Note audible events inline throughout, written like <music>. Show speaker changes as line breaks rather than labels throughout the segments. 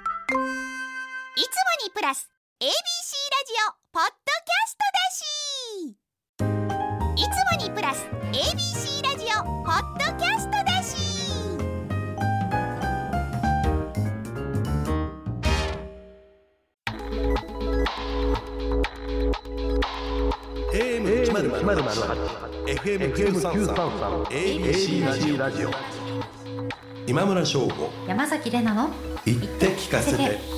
いつもにプラス ABC ラジオポッドキャストだしいつもにプラス ABC ラジオポッドキャストだし
今村翔吾
山崎れなの
言って聞かせ
せ
て
て
<laughs>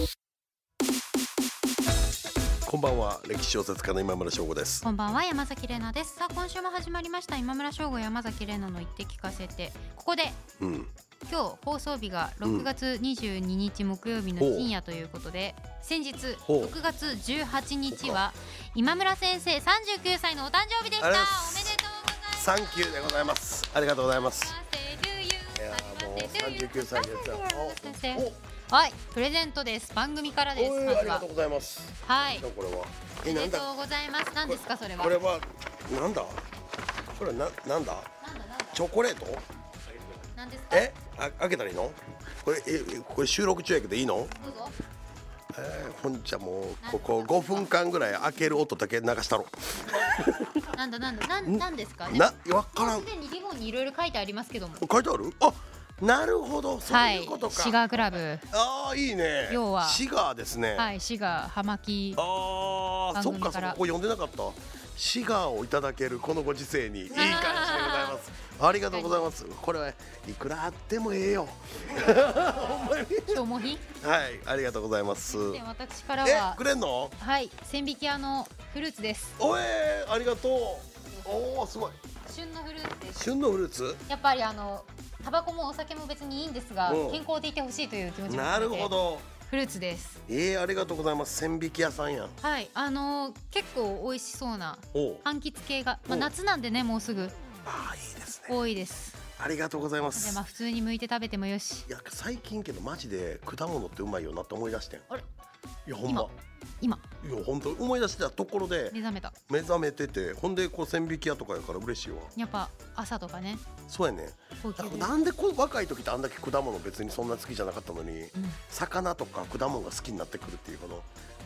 こんばんは歴史小説家の今村翔吾です
こんばんは山崎れなですさあ今週も始まりました今村翔吾山崎れなの言って聞かせてここで
うん
今日放送日が6月22日木曜日の深夜ということで、先日
ほう
6月18日は今村先生39歳のお誕生日でした
あ
お
り
め
が
で
とうございます
とうございます
サンキューでございますありがとうございますいやーもう39歳でやったお
はい、プレゼントです。番組からです。
お
ま
いあ
ず
りが
は
とう。ございます
はい。
これは
お
え
め
な
で
ん
と
だ
うございます。何ですか、それは。
これはなんだこれはななんだ
なんだなんだ
チョコレート
なんですか。
えあ開けたらいいのこれええこれ収録中やけどいいの
どうぞ。
えー、ほんじゃもうここ5分間ぐらい開ける音だけ流したろ
なんだなんだ、なん、なんですかね。
なわからん
すでにリボンにいろいろ書いてありますけども。
書いてあるあなるほどそう
はい
いうこと、か、
シガークラブ。
ああいいね
要は
シガーですね、
はい、シガー、葉巻。
ああそっかそ
番組か
っからここ読んでなかったシガーをいただけるこのご時世にいい感じでございます
<laughs>
ありがとうございますこれはいくらあってもええよほんまに
消耗品。
はいありがとうございます
で、私から
え
は
く。れんの
はい、千匹屋のフルーツです。
おえー、ありがとうおおすごい
旬のフルーツです。
旬のフルーツ
やっぱりあのタバコもお酒も別にいいんですが
うん
健康でいてほしいという気持ちも
な
込め
る
て
ほど
フルーツです
えー、ありがとうございます千匹屋さんやん
はいあのー結構美味しそうな
おう
柑橘系が、ま
お
あ、夏なんでねもうすぐ
ああいいですね
多いです
ありがとうございま
ですまあ普通に剥いて食べてもよし
いや最近けどマジで果物ってうまいよなって思い出してん
あれ
いやほんま
今
いや本当思い出してたところで
目覚めた
目覚めててほんでこう千匹屋とかやから嬉しいわ
やっぱ朝とかね
そうやね
高級
なんか
で
なんでこう若い時ってあんだけ果物別にそんな好きじゃなかったのに
うん
魚とか果物が好きになってくるっていうこの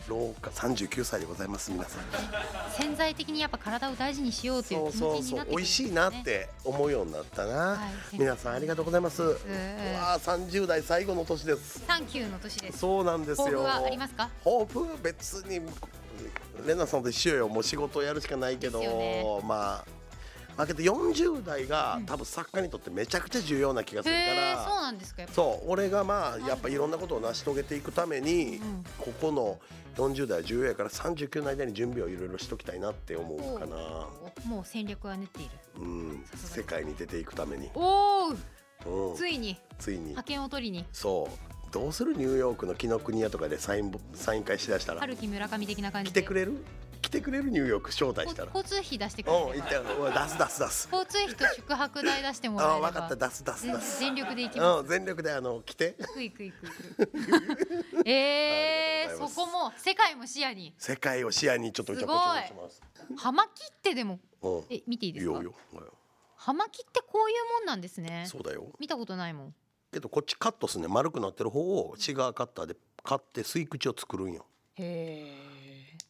老化39歳でございます皆さん
潜在的にやっぱ体を大事にしようとい
そうう
気持
そう
ちに
そ
なっ
う
てくる
美味しいなって思うようになったな皆さんありがとうございますうわ
ん
ー30代最後の年です
サンキューの年です
そうなんですよ
抱負はありますか
ホープ別にレナさんと一緒よもう仕事やるしかないけど、
ですよね
まあまあけど40代が、
うん
多分作家にとってめちゃくちゃ重要な気がす
へ
るか
え
ら
そうなんですかやっぱ
そう俺がまあやっぱいろんなことを成し遂げていくために、
うん
ここの40代は重要やから39の間に準備をいろいろしときたいなって思うかな、
もう戦略は練っている
うん、
さすが
世界に出ていくために、
おお
うん、
ついに
ついに
派遣を取りに
そうどうするニューヨークの紀ノ国屋とかでサインボサイン会しだしたら
春木村上的な感
来
じ
て
で
くれる来てくれるニューヨーク招待したら
こ交通費出してくれ
うん、
れ
言っ
ば
たよ。うわ出す出す出す。
交通費と宿泊代出してもら
あ
え
あ、
れば
分かった、出す出す
全
出す。
全力で行きます
うん、全力であの来て。
行く行く行く行くえ
ありがとうござい
ー、
ます
そこも世界も視野に
世界を視野にちょっとちょこちょこします。
葉巻ってでも
うん、
え見ていい
い
で
い
すか
よいいよ。
葉巻ってこういうもんなんですね
そうだよ。
見たことないもん
けどこっちカットすんね。丸くなってる方をシガーカッターでカって吸い口を作るんよ。
へ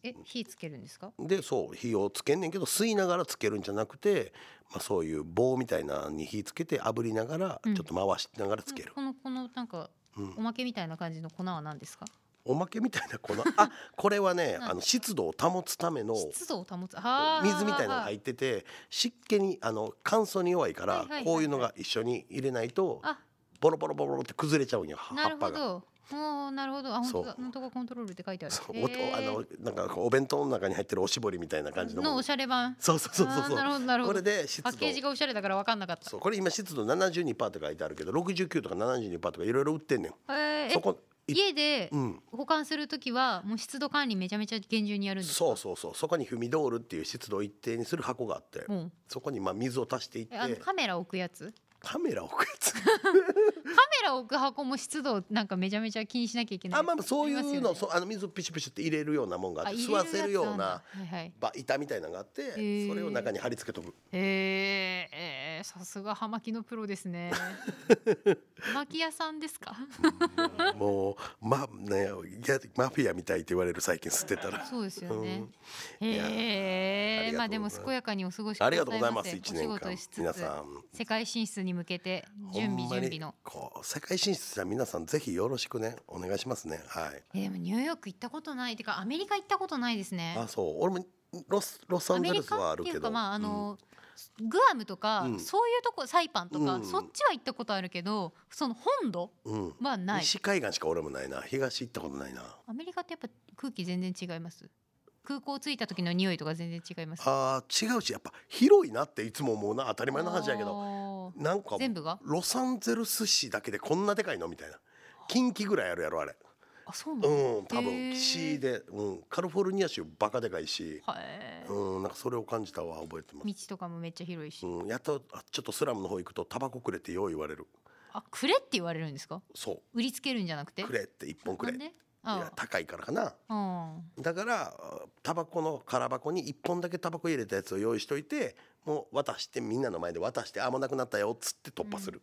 ええ火つけるんですか
で、そう火をつけんねんけど吸いながらつけるんじゃなくて、まあそういう棒みたいなのに火つけて炙りながらち
う
ょ
ん
っと回しながらつける。
このこのなんか
うん
おまけみたいな感じの粉は何ですか
おまけみたいなこ
<laughs>
のあこれはね、
うん
あの湿度を保つための。
湿度を保つあー
水みたいなのが入ってて湿気にあの乾燥に弱いから、
はいはいはいはい
こういうのが一緒に入れないと
あ
ボロボロボロボロって崩れちゃうんよ葉
なる
っぱ
ほ
が。
どおーなるほどあ本当だ
そう
なんとかコントロールって書いてある
そうおと
へー
あのなんかこうお弁当の中に入ってるおしぼりみたいな感じのも
の
の
おしゃれ版
そうそうそうそう
あーなる
そ
ほどなる
う
ほ
こ
ど
れで湿
パ
度
ッケージがおしゃれだから分かんなかっ
そうこれ今湿度72%って書いてあるけど69とか72%とかいろいろ売ってんねん。
たえー
そこ
え
い
家で
うん
保管するときはもう湿度管理めちゃめちゃ厳重にやるんですか
そうそうそうそこにフミドールっていう湿度を一定にする箱があって、
うん
そこにまあ水を足していって
えあのカメラ置くやつ
カメラ置くや
<laughs>
つ
メラ置く箱も湿度なんかめちゃめちゃ気にしなきゃいけない
あまあそうい
あります
う
よ
の
ね
そうあの水ピシピシって入れるようなもんがあ
あ
って
入
吸
れる
わ
やつ
せるよう
なん
な
だはいはい
ば板みたいなのがあって
ー
それを中に貼り付けとく
えー、えー、さすが葉巻のプロです
<laughs>
ね葉巻屋さんですか
もうまねいやマフィアみたいって言われる最近吸ってたら
そうですよね、
んいやあ
え
りがとうございま
ー、
す
まあでも健やかにお過ごしください
ありが
ませ
とうございます一
お仕
年
事
間
しつつ
皆さん
世界進出に向けて準備
ほんま
準
に
備の
こう世界進出した皆さんぜひよろしくねお願いしますねはい
えーでもニューヨーク行ったことないてかアメリカ行ったことないですね
あそう俺もロスロサ
ア
ン
メ
ゼ
リ
ルスは
カ
あ
っ
る
てい
け
う
ど
かまああ
うん
の、グアムとか、
うん
そういうとこサイパンとか、
うん
そっちは行ったことあるけどその本土
うん
はない
西海岸しか俺もないな東行ったことないな
アメリカってやっぱ空気全然違います空港着いた時の匂いとか全然違います
あー違うしやっぱ広いなっていつも思うな当たり前の話やけど
ど
なんか
全部が
ロサンゼルス市だけでこんなでかいのみたいな近畿ぐらいあるやろあれ
あそうな
う
の、
ん多
へー
分市で、うん、カリフォルニア州バカでかいし、
はえ
うん、なんかそれを感じたわ覚えてます
道とかもめっちゃ広いし、
うん、やっとあちょっとスラムの方行くとタバコくれってよう言われる
あくれって言われるんですか
そ
売りつけるんじゃなくて
うくれって一本くれ
なん
い
で
や
あ
高いからかな
あ
だからあタバコの空箱に一本だけタバコ入れたやつを用意しといてもう渡してみんなの前で渡してあもうなくなったよっつって突破する、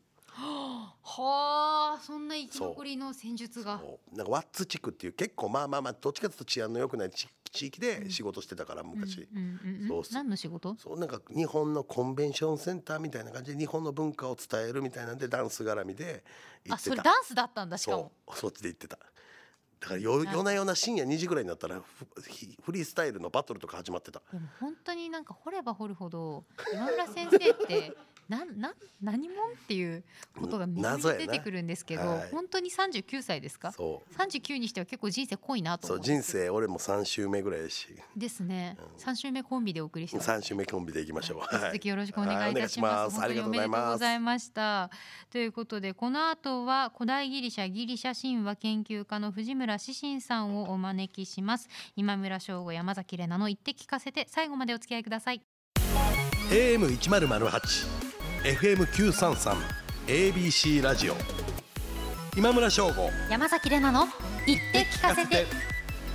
はあそんな生き残りの戦術が
そうなんかワッツ地区っていう結構まあまあまあどっちかというと治安の良くない地地域
う
で
ん
仕事してたから昔、
うんうんうん
そううんそう
何の仕事
そうなんか日本のコンベンションセンターみたいな感じで日本の文化を伝えるみたいなんでダンス絡みで行
あ
って
それ
た
ダンスだったんだしかも
そうそっちで行ってただからよ
な
夜な夜な深夜2時ぐらいになったらフひフリースタイルのバトルとか始まってた
でも本当になんか掘れば掘るほど今村先生って <laughs> なんなん何者っていうことが
うん
みんな
謎やな
出てくるんですけど、
はい
本当に39歳ですか
そう
39にしては結構人生濃いなと
そ
思
う
う
人生俺も3週目ぐらいやし
ですね、
うん
三3週目コンビでお送りしてます
3週目コンビでいきましょう、
はい引き続きよろしくお願いいたし
はいお願
ま。
いしますす
本当におめでと
あり
うござい
がとうござい
ました。ということで、この後は古代ギリシャギリシャ神話研究家の藤村志信さんをお招きします。今村翔吾、山崎怜奈の言って聞かせて、最後までお付き合いください。
AM 一ゼロゼロ八、FM 九三三、ABC ラジオ。今村翔吾。
山崎怜奈の言って聞かせて、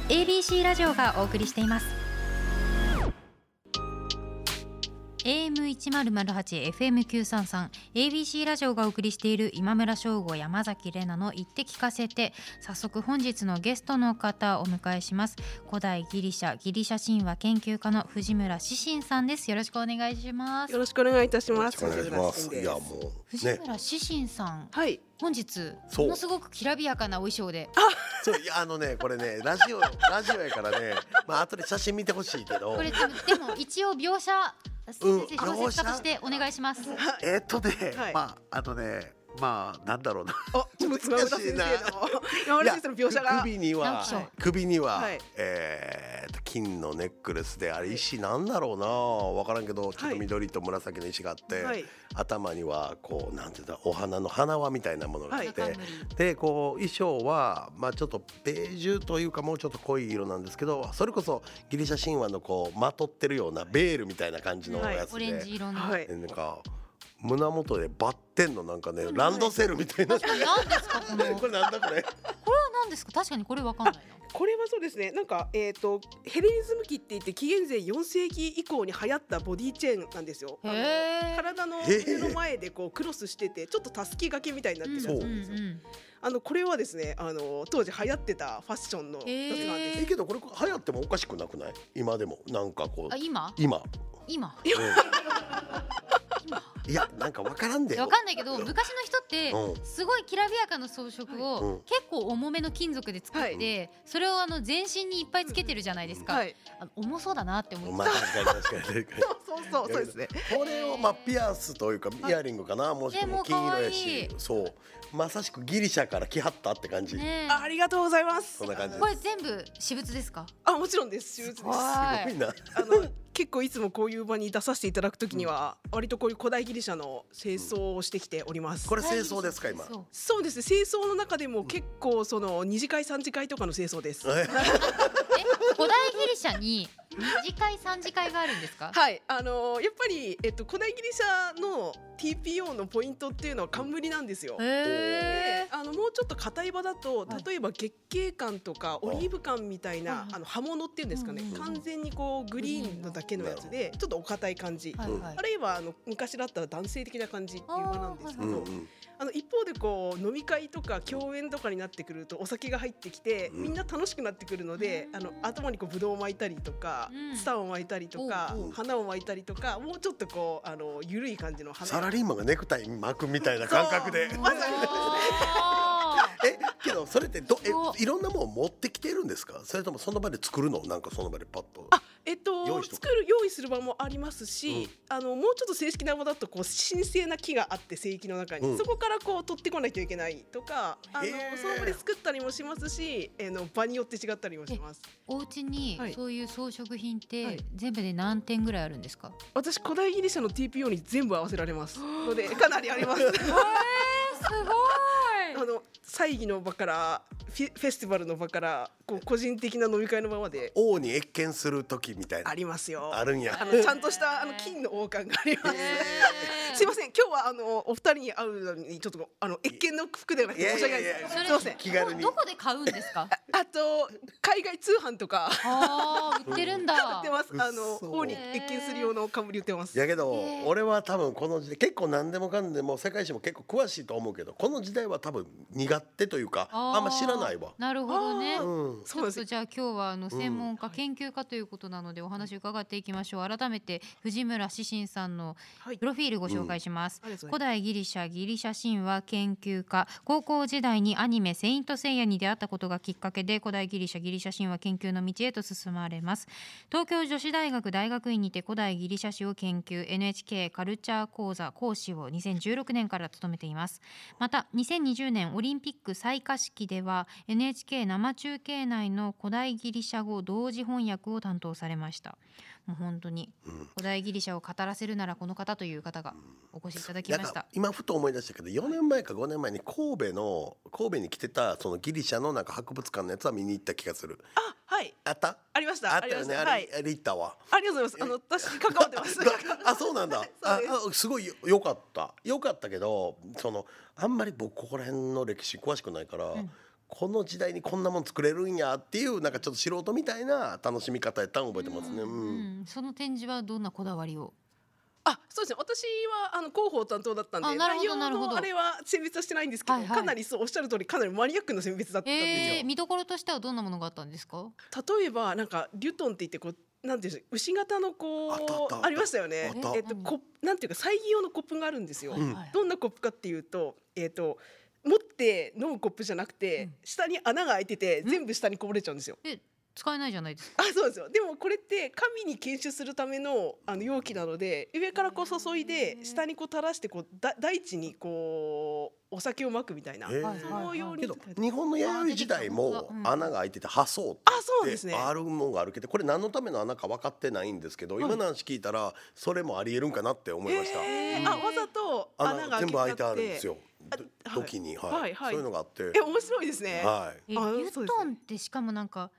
ABC ラジオがお送りしています。AM1008、FM933、ABC ラジオがお送りしている今村翔吾、山崎玲奈の言って聞かせて、早速本日のゲストの方をお迎えします。古代ギリシャ、ギリシャ神話研究家の藤村志信さんです。よろしくお願いします
よ。ろしくお願いいたし
よろ
ま
し
す。
くお願いします。
藤
い
村
や
慎です
もう
藤
ね、
村志信さん、
はい、
本日、
そう
ものすごくきらびやかなお衣装で、
そういやあのねこれねラジオラジオやからね、まあ後で写真見てほしいけど
こ、れでもでも一応描写
うん
先生小説家としてお願いします。
えーっとね、
はい
まああとね、まあなんだろうな。
あ、ちょっと妻村先生の
難しい
山
いや
村先生の描写が。
首には
直木賞
首には、
はい
えーっと金のネックレスであれ
はい
石なんだろうなわからんけどちょっ
は
と
い
緑と紫の石があって、
はい、
頭にはこうなんていうんだお花の花輪みたいなものがあって、
は
でこう衣装は、まあ、ちょっとベージュというかもうちょっと濃い色なんですけどそれこそギリシャ神話のこうまとってるようなベールみたいな感じの
はい
やつ
オ
で,、
レンジ色の。
は
で
い、
なんか胸元でバッテンのなんかね、
うん
ランドセルみたいな、
確かに何ですかこの。これ
<laughs>
は
これなんだこれ
何ですか確かにこれわかんないな。
これはそうですね。なんかえっ、とヘレニズム期って言って紀元前4世紀以降に流行ったボディチェーンなんですよ。あ
へ
の
え。
体の
へー
腕の前でこうクロスしててちょっとたすき掛けみたいになってるやつ
そう
なんですよ。
ん
あのこれはですねあの当時流行ってたファッションのやつなんで
え
す。
けどこれ流行ってもおかしくなくない今でもなんかこ
あ
う
今
今、
今
うんいやなんかわからんでよ
わかんないけど昔の人って
う
すごいきらびやかな装飾
はいうん
を結構重めの金属で作っ
は
てそれをあの全身にいっぱいつけてるじゃないですか
は。い、
あの重そうだなって思
ま
っ
あ
て。
確かに確かに確かに
<laughs> そう <laughs> そうそうそうですね。
これをまあピアスというか
はい
イヤリングかな、もしく
でも
は金色や
可愛
し
い
そうまさしくギリシャから来はったって感じ、
ね
あありがとうございます
そん。な感じ
これ全部私物ですか。
あもちろんです。手術です。
すごいな
あの結構いつもこういう場に出させていただくときには、割とこういう古代ギリシャの清掃をしてきております。
これ清掃ですか今
そう
そうですね清掃の中でも結構その二次会三次会とかの清掃です。
え
え古代ギリシャに二次会三次会があるんですか。
はい、あのーやっぱり、えっと、古代ギリシャの TPO のポイントっていうのは冠なんですよ。
へ
で
え
あのもうちょっと硬い場だと
はい
例えば月桂冠とかオリーブ冠みた
はい
いな
はい
あの刃物っていうんですかね
うん
完全にこうグリーンのだけのやつでちょっとお硬い感じ
はいはい
あるいはあの昔だったら男性的な感じっていう場なんですけ
<laughs> うんう
ど
ん
あの一方でこう飲み会とか共演とかになってくるとお酒が入ってきて
うん
みんな楽しくなってくるので
うん
あの頭にこうブドウを巻いたりとか
うん
ツタを巻いたりとか
おうおう
花を巻いたりとかもうちょっとこうあの緩い感じの花
サラリーマンがネクタイ巻くみたいな感覚で
まさに
<laughs> えけどそれってど
そう
えいろんなもん持ってきてるんですかそれともその場で作るのなんかその場でパッと
あえっと
用意しとく
作る用意する場もありますし、あのもうちょっと正式な場だとこう神聖な木があって聖域の中に、
うん
そこからこう取ってこないといけないとかあの
へー
その場で作ったりもしますし、えの場によって違ったりもします。
お家に
はい
そういう装飾品っ
は
て
い
全部で何点ぐらいあるんですか
私古代ギリシャの TPO に全部合わせられますのでかなりあり
<laughs>
ます。
えー、す
あの祭儀の場からフィフェスティバルの場からこう個人的な飲み会の場まで
王に謁見する時みたいな
ありますよ。
あるんや
あのちゃんとしたあの金の王冠があります。すいません今日はあのお二人に会うのにちょっとあの一見の服ではなくて申し訳ない
いやい
で
や
す。
い
す
れ
いません。
気軽に
どどこで買うんですか
あと海外通販とか
あー売ってるん
売
だ
ってます。あの
嘘
王に一見する用の冠売ってます。
やけど、
えー
俺は多分この時代結構何でもかんでも世界史も結構詳しいと思うけどこの時代は多分苦手というか
ー
あんま知らないわ。
なるほどね
あ
う
ー
ん、
ち
そ
ょ
うなん
っ
です
と
よ。
じゃあ今日はあ
う
の
ん
専門家、研究家ということなのでお話伺っていきましょう改めて藤村志信さんの
はい
プ。ロフィールご紹介します、
ありがとうご
古
ざい
代ギリシャギリシャ神話研究家高校時代にアニメ「セイント・セイヤ」に出会ったことがきっかけで古代ギリシャギリシャ神話研究の道へと進まれます東京女子大学大学院にて古代ギリシャ史を研究 NHK カルチャー講座講師を2016年から務めていますまた2020年オリンピック採火式では NHK 生中継内の古代ギリシャ語同時翻訳を担当されましたもう本当に
うん
古代ギリシャを語らせるならこの方という方がお越しいただき
な
ま
ん
した
か。今ふと思い出したけど4年前か5年前に神戸の神戸に来てたそのギリシャのなんか博物館のやつは見に行った気がする
ます。あはい
あった
ありました。
あっ
あ
た
りま
よ
し
ね
た。
あれ、
はい。
あれ行ったわ
ありがとうございます。あの私関わってます。
あそうなんだ
そう
あ
です
あすごいよよかったよかったけどそのあんまり僕ここら辺の歴史詳しくないから、
ん
この時代にこんなもん作れるんやっていうなんかちょっと素人みたいな楽しみ方やったん覚えてますね。うん
うんその展示はどんなこだわりを。
<laughs> あ、そうですね。私はあの広報担当だったん
あ
で、
なるほ
内
ど
容
なるほど
のあれは選別はしてないんですけど、
はいはい
かなりそうおっしゃる通りかなりマニアックな選別だったんですよ。
ええー、見どころとしてはどんなものがあったんですか。
例えばなんかリュトンって言ってこうなんていうんですか牛型のこう
あったあったあった
りましたよね
あった。
えっと
うん
こなんていうか再起用のコップがあるんですよ。
うん
はい
どんなコップかっていうとえっと持って飲むコップじゃなくて、
うん
下に穴が開いてて全部下にこぼれちゃうんですよ。
使えないじゃないですか。
あそうですよでもこれって神に研修するためのあの容器なので上からこう注い
へ
で
ー
下にこう垂らしてこうだ大地にこうお酒をまくみたいな、
へえ
はいはい
そのように
けど日本の弥生時代も穴が開いてて破損って
あそうなんですね
あるもんがあるけどこれ何のための穴か分かってないんですけど、
はい
今の話聞いたらそれもありえるんかなって思いました。
へー
うん
あわざと穴
穴
が
全部開
開
い
け
て
ち
あ
ゃっ
るん
て
ですよ。
あはい
時に、はい
はいはい
そういうのがあって。
え面白いですね、
はい
え
あそう
ニ
です
ュートンってしかもなんか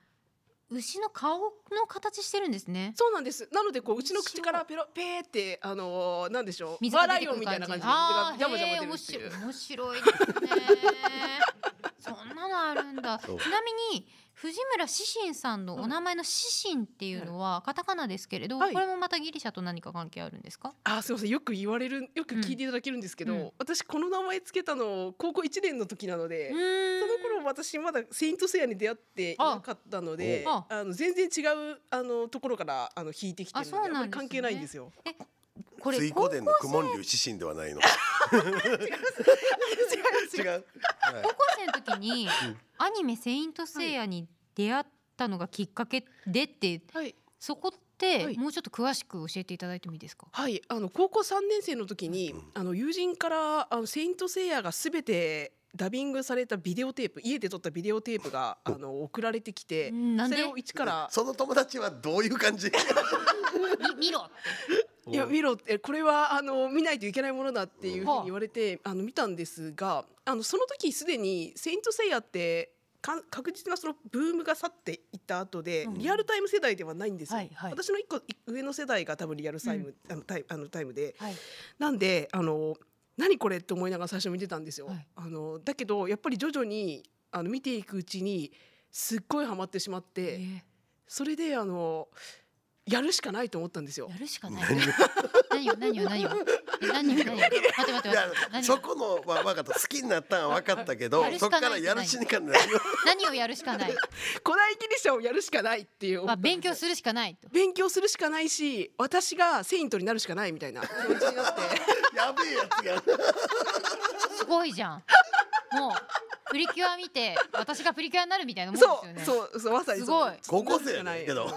牛の顔の形してるんですね。
そうなんですなのでこううちの
面白い
口からペロペーってあのー、なんでしょう
水
わ
が
ら
出て
い
く
を
る
みたいな感じで
ああ、
ジャバジャバ
へー
出る
面
ってい
白
う
い面白いですね。そんなのあるん
<laughs>
だ。ち
そう
なみに藤村志信さんのお名前の志信っていうのはカタカナですけれど、こ
はい
れもまたギリシャと何か関係あるんですか。
あすいませんよく言われるよく聞いていただけるんですけど、
うんうん
私この名前つけたの高校一年の時なので、
うーん
その頃私まだ「セイント・セイヤ」に出会っていなかったので
あ
あの全然違うあのところからあの引いてきてる
あ
の
そう
であ
なん
ま
ですね
り関係ないん
<laughs>
ですよ。
これ
水光殿の雲流自身では
<laughs>
ないの。違う。はい
高校生の時にアニメ「セイント・セイヤ」に出会ったのがきっかけでって
はい、
そこっ
は
て
い
もうちょっと詳しく教えていただいてもいいですか、
はい、あの高校3年生の時に、
うん
あの友人から「あのセイント・セイヤ」が全てダビングされたビデオテープ家で撮ったビデオテープがあの送られてきて
うんなん
そ
で
れを一から
その友達はどういう感じ。
み見ろ
いや見ろってこれはあの見ないといけないものだっていうふう
はあ
に言われてあの見たんですがあのその時すでに「セイント・セイヤ」ってかん確実なそのブームが去っていった後で、
うん
リアルタイム世代ではないんですよ、
はいはい
私の一個上の世代が多分リアルタイム、あのタイあのタイムで
はい
なんであの何これって思いながら最初見てたんですよ。
はい
あのだけどやっぱり徐々にあの見ていくうちにすっごいハマってしまって、
え
それであのやるしかないと思ったんですよ
ー。やるしかない
何い
何を何を何をえ何を何を待って待って待
や
って何
そ
を
このは分かった好きになったんは分かったけど
やるし
そ
か
っ
ない
からやるしかない
何をやるしかない
古代ギリシャをやるしかないっていう
まあ勉強するしかないと
勉強するしかないし私がセイントになるしかないみたいな気持ちになって
<laughs> やべえやつやん
すごいじゃんもうプリキュア見て私がプリキュアになるみたいなもんです
<laughs> そ
よ
う
ね
そうそうまさにそう
すごい
高校生やねんけど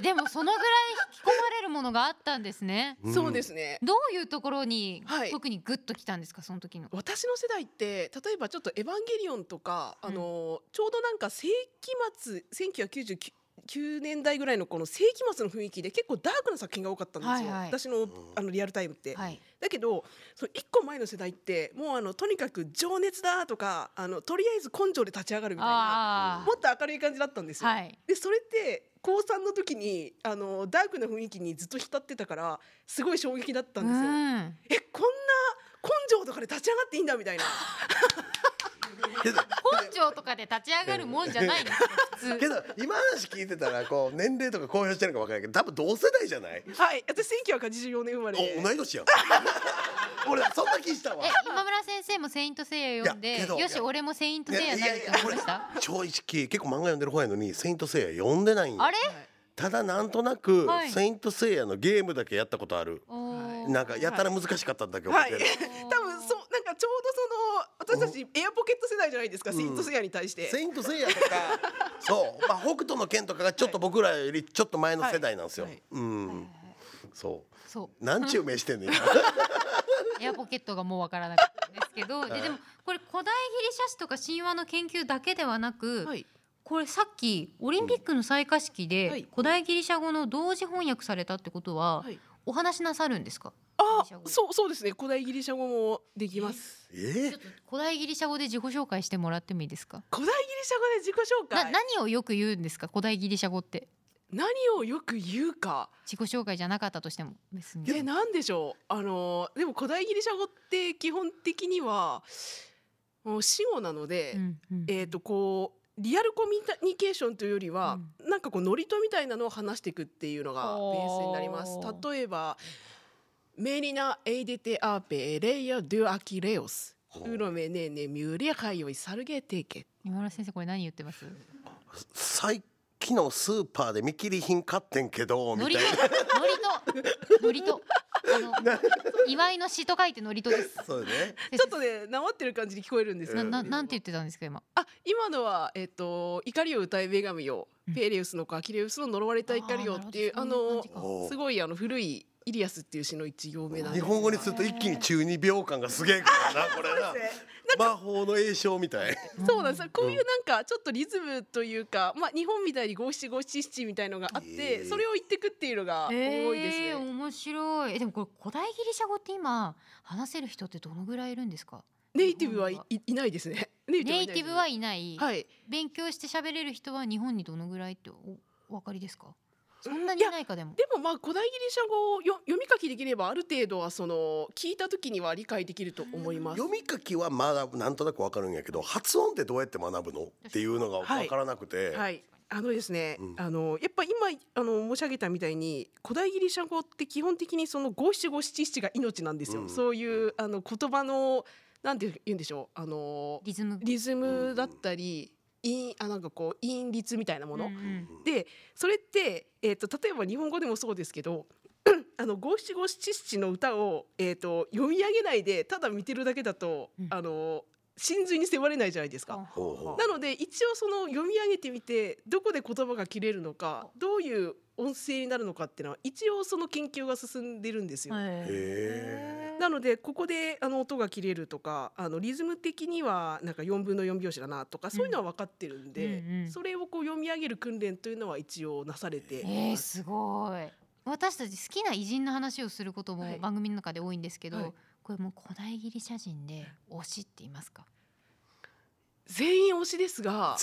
でもそのぐらい引き込まれるものがあったんですね <laughs>
うんそうですね
どういうところに、
はい
特にグッときたんですかその時の
私の世代って例えばちょっと「エヴァンゲリオン」とか、
うん
あのちょうどなんか世紀末1999年代ぐらいのこの世紀末の雰囲気で結構ダークな作品が多かったんですよ、
はいはい
私のあのリアルタイムって。
はい
だけどその一個前の世代ってもうあのとにかく情熱だとかあのとりあえず根性で立ち上がるみたいな
あ
もっと明るい感じだったんです
あ
よ。
はい
でそれって高三の時にあのダークな雰囲気にずっと浸ってたからすごい衝撃だったんですよ。
うん
えこんな根性とかで立ち上がっていいんだみたいな。
けど
根性とかで立ち上がるもんじゃないんですよ普通
けど今話聞いてたらこう年齢とか公表してるのか分からないけど多分同世代じゃない
はい、私1984年生まれで
お同い年やん <laughs> 俺そんな気したわ
え今村先生も「セイント・セイヤ」読ん
いや
で
けど
よし
いや
俺も「セイント・セイヤ」になるって思いました
超意識結構漫画読んでる方やのに「セイント・セイヤ」読んでないんや
あれ
ただなんとなく
は
「
い
セイント・セイヤ」のゲームだけやったことある
おー
なんかやたら難しかったんだけど、
はい <laughs>
覚えてる
多分そうなんかちょうどその私たちエアポケット世代じゃないですか、
うん
セイントセイヤに対して。
セイント・セイヤ」
<laughs>
とかそう、まあ、北斗の拳とかがちょっと僕らよりちょっと前の世代なんですよ、
はい
うんそ
そう
うなんちゅう目
<laughs>
してんねん今
エアポケットがもうわからなかったんですけど、ででもこれ古代ギリシャ史とか神話の研究だけではなく、
はい、
これさっきオリンピックの採火式で、
はい
古代ギリシャ語の同時翻訳されたってことは、
はい
お話しなさるんですか
あ
ギリシャ、語
そうそうですね。古代ギリシャ語もできます。
え
ちょっと古代ギリシャ語で自己紹介してもらってもいいですか、
古代ギリシャ語で自己紹
な
介。
何をよく言うんですか古代ギリシャ語って
何をよく言うか。
自己紹介じゃなかったとしても別に
え、なんでしょう。あのでも古代ギリシャ語って基本的にはもう死語なので、
うんうん
えっ、とこう。リアルコミュニケーションというよりは、なんかこうノリとみたいなのを話していくっていうのがベースになります
お。ー
例えばメリナエイデテアーペレイヤドゥアキレオス
ほう
ウロメネーネミューリアカイオイサルゲテ
<laughs>
ケ。
今村先生これ何言ってます
最近のスーパーで見切り品買ってんけどみ
ノ
たい
リと
な
ノリとノ
<laughs>
リとあの祝いの詩と書いてノリとです
そうね
ち
ちょっとね治ってる感じに聞こえるんです
な
な
よ
ななんて言ってたんですか今
あ今のはえっ、と怒りを歌い女神よ、
うん
ペーレウスの子アキレウスの呪われた怒りよっていうあ
あーなるほど
の
そういう感じか
おう
すごいあの古いイリアスっていう詩の一行目なんで
日
す。
本語にすると一気に中二病感がすげえから
<laughs>
なこれな魔法の栄唱みたい
そうなんです。こういうなんかちょっとリズムというか、まあ日本みたいに五七五七七みたいのがあっ
ええ
て、それを言ってくっていうのが多いです
えー
ね。
面白いえでもこれ古代ギリシャ語って今話せる人ってどのぐらいいるんですか
ネイティブはいいいないですね。 <laughs> ネイ
ネイティブはいいない、
ないですね。
勉強して喋れる人は日本にどのぐらいっておお分かりですかそんなにいないかでも
でもまあ古代ギリシャ語をよ読み書きできればある程度はその聞いた時には理解できると思います
読。み書きはまだなんとなくわかるんやけど発音ってどうやって学ぶのっていうのがわからなくて、
はい。あのですね、
うん
あのやっぱ今あの申し上げたみたいに古代ギリシャ語って基本的にその五七五七七が命なんですよ。
うん
そういうあの言葉のなんて言うんでしょうあの
リズム
リズムだったり、韻あなんかこう韻律みたいなもの、
うんうん
でそれって、えー、と例えば日本語でもそうですけど <clears throat> あの五七五七七の歌を、えー、と読み上げないでただ見てるだけだと、
うん
あの真髄に迫れないじゃないですか。
ほうほう
なので一応その読み上げてみてどこで言葉が切れるのかどういう音声になるのかっていうのは一応その研究が進んでるんですよ。
へ
へ
え
なのでここであの音が切れるとかあのリズム的にはなんか4分の4拍子だなとかそういうのは分かってるんで、
うんうんうん
それをこう読み上げる訓練というのは一応なされて、
えー、すごい私たち好きな偉人の話をすること
は
も
い
番組の中で多いんですけど、
はい
これもう古代ギリシャ人で推しって言いますか
全員推しです
<laughs>
が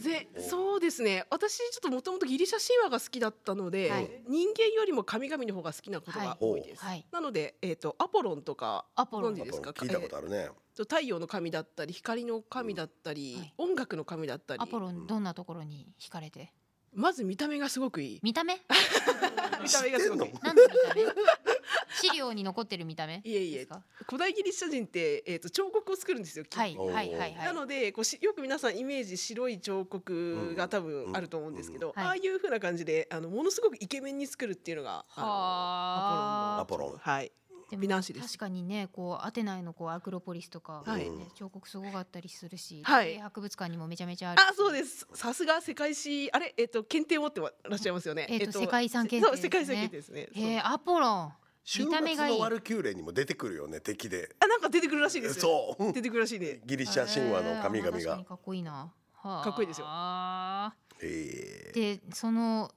ぜそうですね私ちょっともともとギリシャ神話が好きだったので、
はい
人間よりも神々の方が好きなことが多いです、
はい
なので、えー、とアポロンとか
アポロ
ご
ン
存知
あ
ですか
と聞いたことあるね。
と太陽の神だったり光の神だったり、
はい
音楽の神だったり
アポロンどんなところに惹かれて
まず見た目がすごくいい
見た
<laughs>
目
見た目がすごく
知
い
ってん
い
の
なんで見た目資料に残ってる見た目
いえいえ
ですか
古代ギリシャ人って、えー、と彫刻を作るんですよ木
はいはいはいはい
なのでこうしよく皆さんイメージ白い彫刻が多分あると思うんですけど、
うんうん
ああいう風な感じであのものすごくイケメンに作るっていうのがあ
はあ
アポロ
の
ン。
はい
でも
美男子です
確かにねこうアテナイのこうアクロポリスとか、
はい
ね彫刻すごかったりするし、
はい
で博物館にもめちゃめちゃある
あそうですさすが世界史あれえっ、と検定を持ってらっしゃいますよね
えっと世界遺産検定
そう世界遺産検定ですね
へえ
そう
アポロン
週
見た目が
末
いい
のワルキューレにも出てくるよね敵で。
あなんか出てくるらしいです
<laughs>
よ
そう。
出てくるらしいね
ギリシャ神話の神々
へえあ確かに
が。
かっこいいな、はあ
かっこいいですよ
ええ。
でその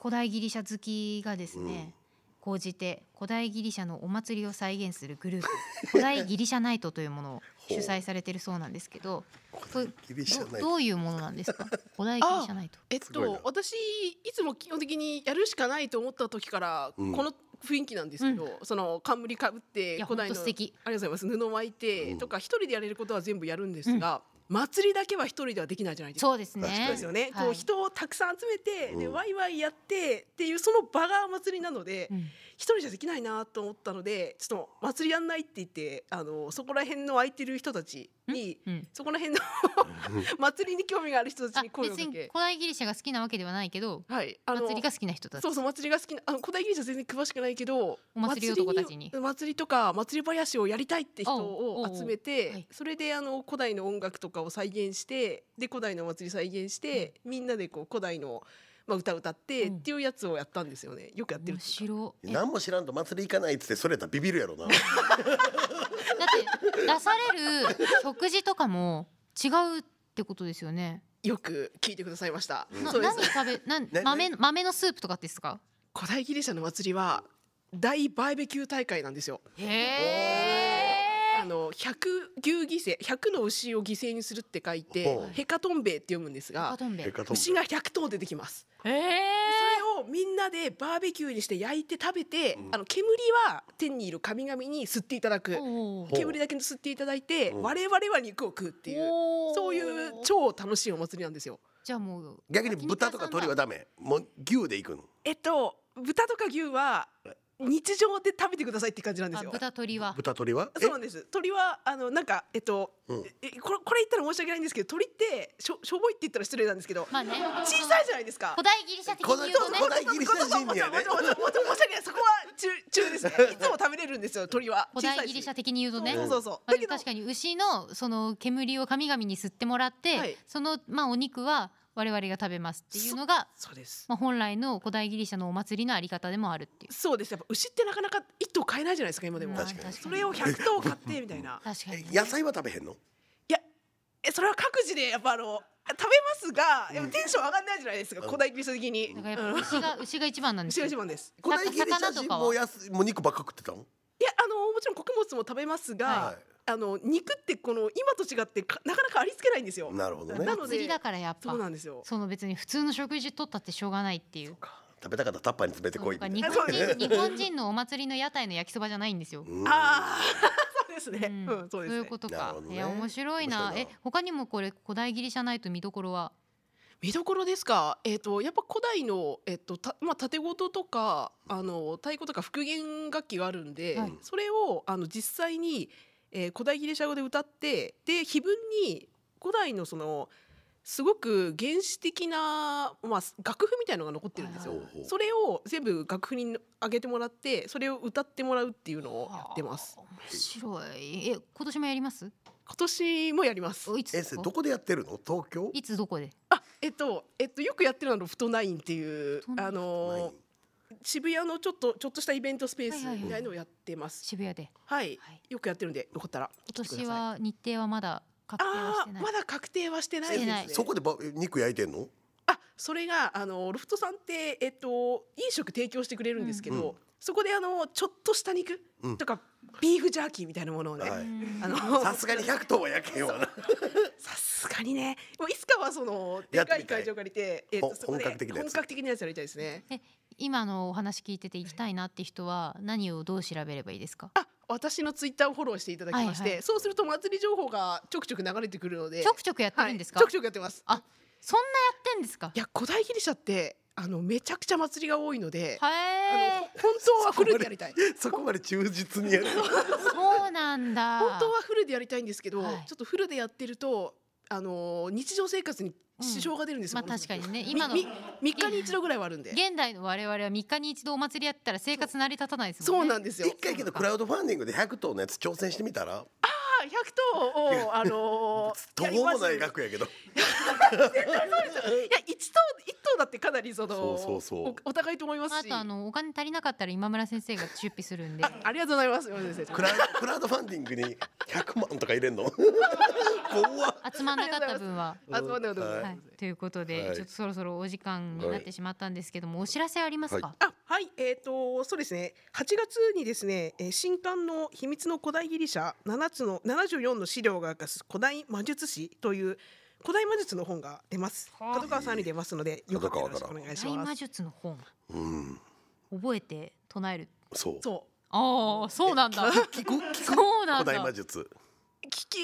古代ギリシャ好きがですね、講じて古代ギリシャのお祭りを再現するグループ <laughs> 古代ギリシャナイトというも
<laughs>
のを主催されてるそうなんですけどこれど
ギリシャない。
どういうものな
<laughs>
んですか古代ギリシャナ
<laughs>
イト
えっ
すごいな
と私いつも基本的にやるしかないと思った時から、
うん
この雰囲気なんですけど、その冠かぶっ
い
て
や
古
本
代
当
の
素敵
ありがとうございます布巻いて、
うん
とか一人でやれることは全部やるんですが、祭りだけは一人ではできないじゃないですか。
そうですね
確かに
ですよね、
はい
こう人をたくさん集めて、で
うん
ワイワイやってっていうその場が祭りなので
うん
一人じゃできないなと思ったのでちょっと祭りやんないって言ってあのそこら辺の空いてる人たちに
うん
そこら辺の <laughs> 祭りに興味がある人た
あ
ちに声をか
別に古
け、
代ギリシャが好きなわけではないけど
はい、あの
祭りが好きな人たち
そうそう祭りが好きなあの古代ギリシャ全然詳しくないけど
お祭り男たちに
祭り祭りとか祭り林をやりたいって人
おうおう
を
おう
集め
はい
てそれであの古代の音楽とかを再現してで古代の祭り再現して、みんなでこう古代の、まあ、歌歌って、
うん
っていうやつをやったんですよねよくやってる
面
っていう
白
か
いえだっ
<laughs> 何も知らんと祭り行かないっつってそれやったらビビるやろな。
て出される食事とかも違うってことですよね
よく聞いてくださいました、
うん
な
そうです
何食
<laughs>
べなん
何
豆豆のスープとかですか
古代ギリシャの祭りは大バーベキュー大会なんですよ
へえ
あの100牛犠牲100の牛を犠牲にするって書いて
ほう
ヘカトンベイって読むんです
カ
が
トンベ
結果とも
牛が100頭出てきます
へえ
それをみんなでバーベキューにして焼いて食べて、
うん
あの煙は天にいる神々に吸っていただく
おー
ほう
煙だけ吸っていただいて
うん
我々は肉を食うっていう
おー
そういう超楽しいお祭りなんですよ。
じゃあもう
逆に豚とか鳥はダメ。もう牛で行くの。
えっと豚とか牛は日常で食べてくださいって感じなんです
あ
よ。
豚鳥は
豚鳥は？
そうなんです鳥はあのなんかえっと、
うん
えこれこれ言ったら申し訳ないんですけど鳥ってしょしょぼいって言ったら失礼なんですけど
まあね
小さいじゃないですか
古。代ギリシャ的に言うとね
古代ギリシャ
<laughs>
人にはね
そうそうそうそうそう申し訳ないそこは中中 <laughs> ですね。いつも食べれるんですよ鳥は。
古代ギリシャ的に言うとね
そうそうそう。
まあ
だ
で
け
も
ど
確かに牛のその煙を神々に吸ってもらって、
はい
そのまあお肉は我々が食べますっていうのが
そうです。
まあ本来の古代ギリシャのお祭りのあり方でもあるっていう。
そうです。やっぱ牛ってなかなか一頭買えないじゃないですか今でも。
まあ
確かに
それを100頭買ってみたいな。
確か
え
にね
野菜は食べへんの？
いやえそれは各自でやっぱあの食べますがやっぱテンション上がんないじゃないですか古代ギリシャ的に
だ。からやっぱ牛が牛が一番なんです
牛
よ
が一番です。
古代ギリシ
魚
ャ
と
人
かは
もやすもう肉ばっか食ってたの？
いやあのもちろん穀物も食べますが、
はい
あの肉ってこの今と違ってかなかなかありつけないんですよ。
なるほどね
な。の
祭り
で
だからやっぱ
そうなんですよ。
その別に普通の食事取ったってしょうがないっていう。
食べたかったらタッパーに詰めてこいみたい
日
な。
本人日本人のお祭りの屋台の焼きそばじゃないん
<laughs>
ですよ。
うん
ああ <laughs> そうですね。
う
うんん、そうです
い
ね
うこと
なる
か
ほ。どね
いや面白いな
面。白い
え
な
他にもこれ古代ギリシャナイト見どころは。
見どころですか、えー、とやっぱ古代の、えっとたまあ、縦ごととかあの太鼓とか復元楽器があるんで、
はい
それをあの実際に、えー古代ギリシャ語で歌ってで碑文に古代のそのすごく原始的な、まあ、楽譜みたいのが残ってるんですよ
はいはい。
それを全部楽譜にあげてもらってそれを歌ってもらうっていうのをやってます。
はあ。面白い。え今年もやります？
今年もやります。
おいつ
え
です
そ
か
れどこでやってるの？東京？
いつどこで。
あ、えっと、えっと、よくやってるのはロフトナインっていう
フト、ナイン
あのー。渋谷のちょっと、ちょっとしたイベントスペースみたいのをやってます。
渋谷で。
はい
はい、
よくやってるんで、よかったら。
今年は日程はまだ確定はして
ああ
な
ー、
い。
まだ確定はしてな
して
い
ない
ですね。
そこでば肉焼いてんの？
あ、それが、あの、ロフトさんって、えっと、飲食提供してくれるんですけ
うんうん
ど。そこであのちょっとした肉
うん
とか、ビーフジャーキーみたいなものをね、
はい
あの
さすがに100頭は焼けんわな
さすがにねもういつかはそので
やって
か
み
い
たい
会場借りて、えっ
ほ
とそこで
本格的なやつ
本格的なやつやりたいですね
今のお話聞いてて行きたいなって人は何をどう調べればいいですか
あ私のツイッターをフォローしていただきまして、
はいは
そうすると祭り情報がちょくちょく流れてくるので
ちょくちょくやってるんですか、
はい、ちょくちょくやってます
あそんなやってんですか
いや古代ギリシャってあのめちゃくちゃ祭りが多いので、あ
へ
の本当はフルでやりたい
そこまで忠実にやる
ーそうなんだ
本当はフルでやりたいんですけど、
はい
ちょっとフルでやってるとあの日常生活に支障が出るんです
ま
よ、
あ確かにね
み
今の
み三日に一度ぐらいはあるんで
現代の我々は3日に一度お祭りやったら生活成り立たないです
そ
も
うん
ね
なんですよ
一回けどクラウドファンディングで100頭のやつ挑戦してみたら
あ100頭をあのー
途
やり
方
ま
も
す
ない額 <laughs> やけど
いや一頭一頭だってかなりその
そうそうそう
おお互いと思います
あ
し
とあのお金足りなかったら今村先生が出費するんで
あありがとうございます山田先生
クラウドクラウドファンディングに100万とか入れんの怖っ
集まんなかった分は。
あそうなんだ
はい
はい、ということで、
はい
ちょっとそろそろお時間になってしまったんですけども、お知らせありますか、
あはいえー、とそうですね8月にですね、えー新刊の「秘密の古代ギリシャ7つの74の資料が明かす古代魔術師」という古代魔術の本が出ます
はあ
角川さんに出ますのでよかったらよろしくお願いし
大魔
ます。
術の本
うん
覚えて唱える
そう
そう
ああそうなんだ
聞く聞く
そうなん
古代
だ
魔術
聞き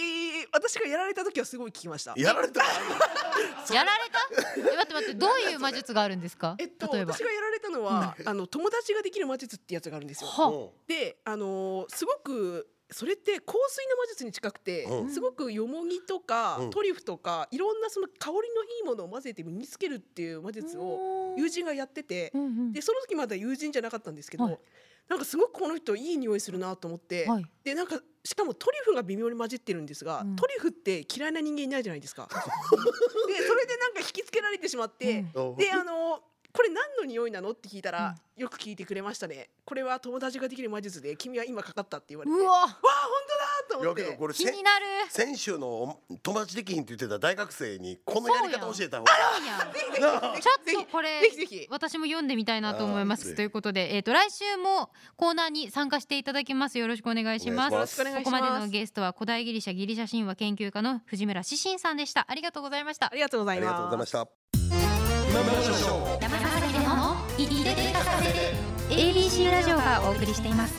私がやられた時はすごい聞きました。
やられた
やられたえ待って待ってどういう魔術があるんですか、
えっと、
例えば
私がやられたのは、あの友達ができる魔術ってやつがあるんですよ。
は
であのーすごくそれって香水の魔術に近くて、
うん
すごくよもぎとか、
うん
トリュフとかいろんなその香りのいいものを混ぜて身につけるっていう魔術を友人がやってて、
うんうん
でその時まだ友人じゃなかったんですけど、
はい
なんかすごくこの人いい匂いするなと思って、
はい
でなんかしかもトリュフが微妙に混じってるんですが、
うん
トリュフって嫌いな人間いないじゃな
<laughs>
いですか。でそれでなんか引きつけられてしまって、
うん
うん <laughs>
であのこれ何の匂いなのって聞いたら、よく聞いてくれましたねこれは友達ができる魔術で君は今かかったって言われて
う
わ
わ
あ本当だと思
や
っ
けど
て
これ
気
せん
にな
<laughs>
る
先週の友達できひんって言ってた大学生にこのやり方教えた方が
いいやん
ぜひぜひ
ちょ
ぜひ
っとこれ
ぜひぜひ
私も読んでみたいなと思いま
あーぜ
す
ひ
ということでえっ、と来週もコーナーに参加していただきますよろしくお願いしま
お願いします
す
よ
よろしくお願い
ここ
し
まで
ま
の
す
ゲストは古代ギリシャギリシャ神話研究家の藤村志信さんでしたありがとうございました
ありがとうござ
あ
い
りがとうござい
ま
ますした今村翔吾
山崎れのの「いでてかさせて」ABC ラジオがお送りしています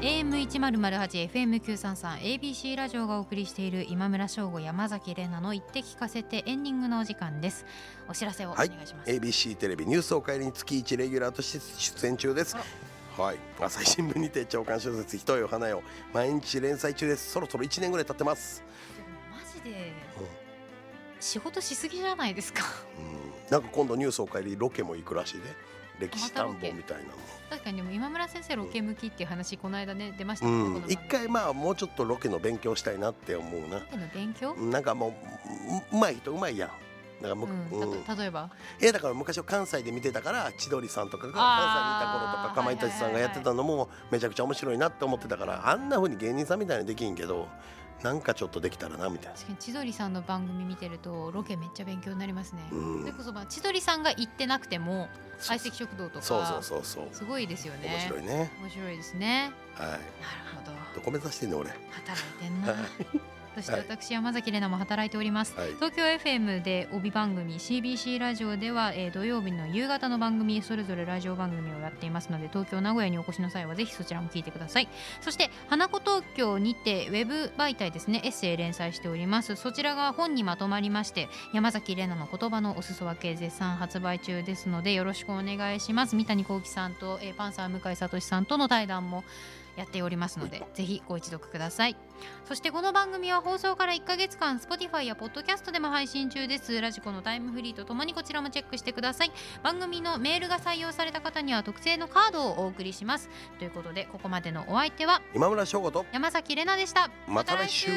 AM1008 FM933 ABC ラジオがお送りしている今村翔吾山崎れなの言って聞かせてエンディングのお時間ですお知らせをお願いします、
ABC テレビニュースおかえりに月1レギュラーとして出演中ですはい朝日新聞にて長官小説「ひとよ花よ」毎日連載中ですそろそろ1年ぐらい経ってます、
マジで仕事しすぎじゃないですか <laughs>
うんなんか今度ニュースおかえりロケも行くらしいで歴史探訪みたいなの
確かにでも今村先生ロケ向きっていう話この間ね出ました
う
ねこの
ん
番組
一回まあもうちょっとロケの勉強したいなって思うな
ロケの勉強、
なんかもうううまい人うまいやんだからむ、
うん
うん
たと例えば
えだから昔は関西で見てたから千鳥さんとかが
あー
関西にいた頃とかかまいたちさんがやってたのもめちゃくちゃ面白いなって思ってたからあんな風に芸人さんみたいにできんけどなんかちょっとできたらなみたいな
確かに千鳥さんの番組見てるとロケめっちゃ勉強になりますね、
うん
それこそまあ千鳥さんが行ってなくても
そう
相席食堂とか
そうそうそうそう
すごいですよね
面白い
面
ね
白いですね
はい
なるほど
どこ目指してんの俺
働いてんな
はい
そして私山崎怜奈も働いております
はい
東京 FM で帯番組 CBC ラジオでは、えー土曜日の夕方の番組それぞれラジオ番組をやっていますので東京名古屋にお越しの際はぜひそちらも聞いてくださいそして花子東京にてウェブ媒体ですねエッセイ連載しておりますそちらが本にまとまりまして山崎怜奈の言葉のお裾分け絶賛発売中ですのでよろしくお願いします三谷幸喜さんと、えーパンサー向井聡さんとの対談もやっておりますのでぜひご一読くださいそしてこの番組は放送から1ヶ月間 Spotify や Podcast でも配信中ですラジコのタイムフリーとともにこちらもチェックしてください番組のメールが採用された方には特製のカードをお送りしますということでここまでのお相手は
今村翔吾と
山崎れなでした
また来週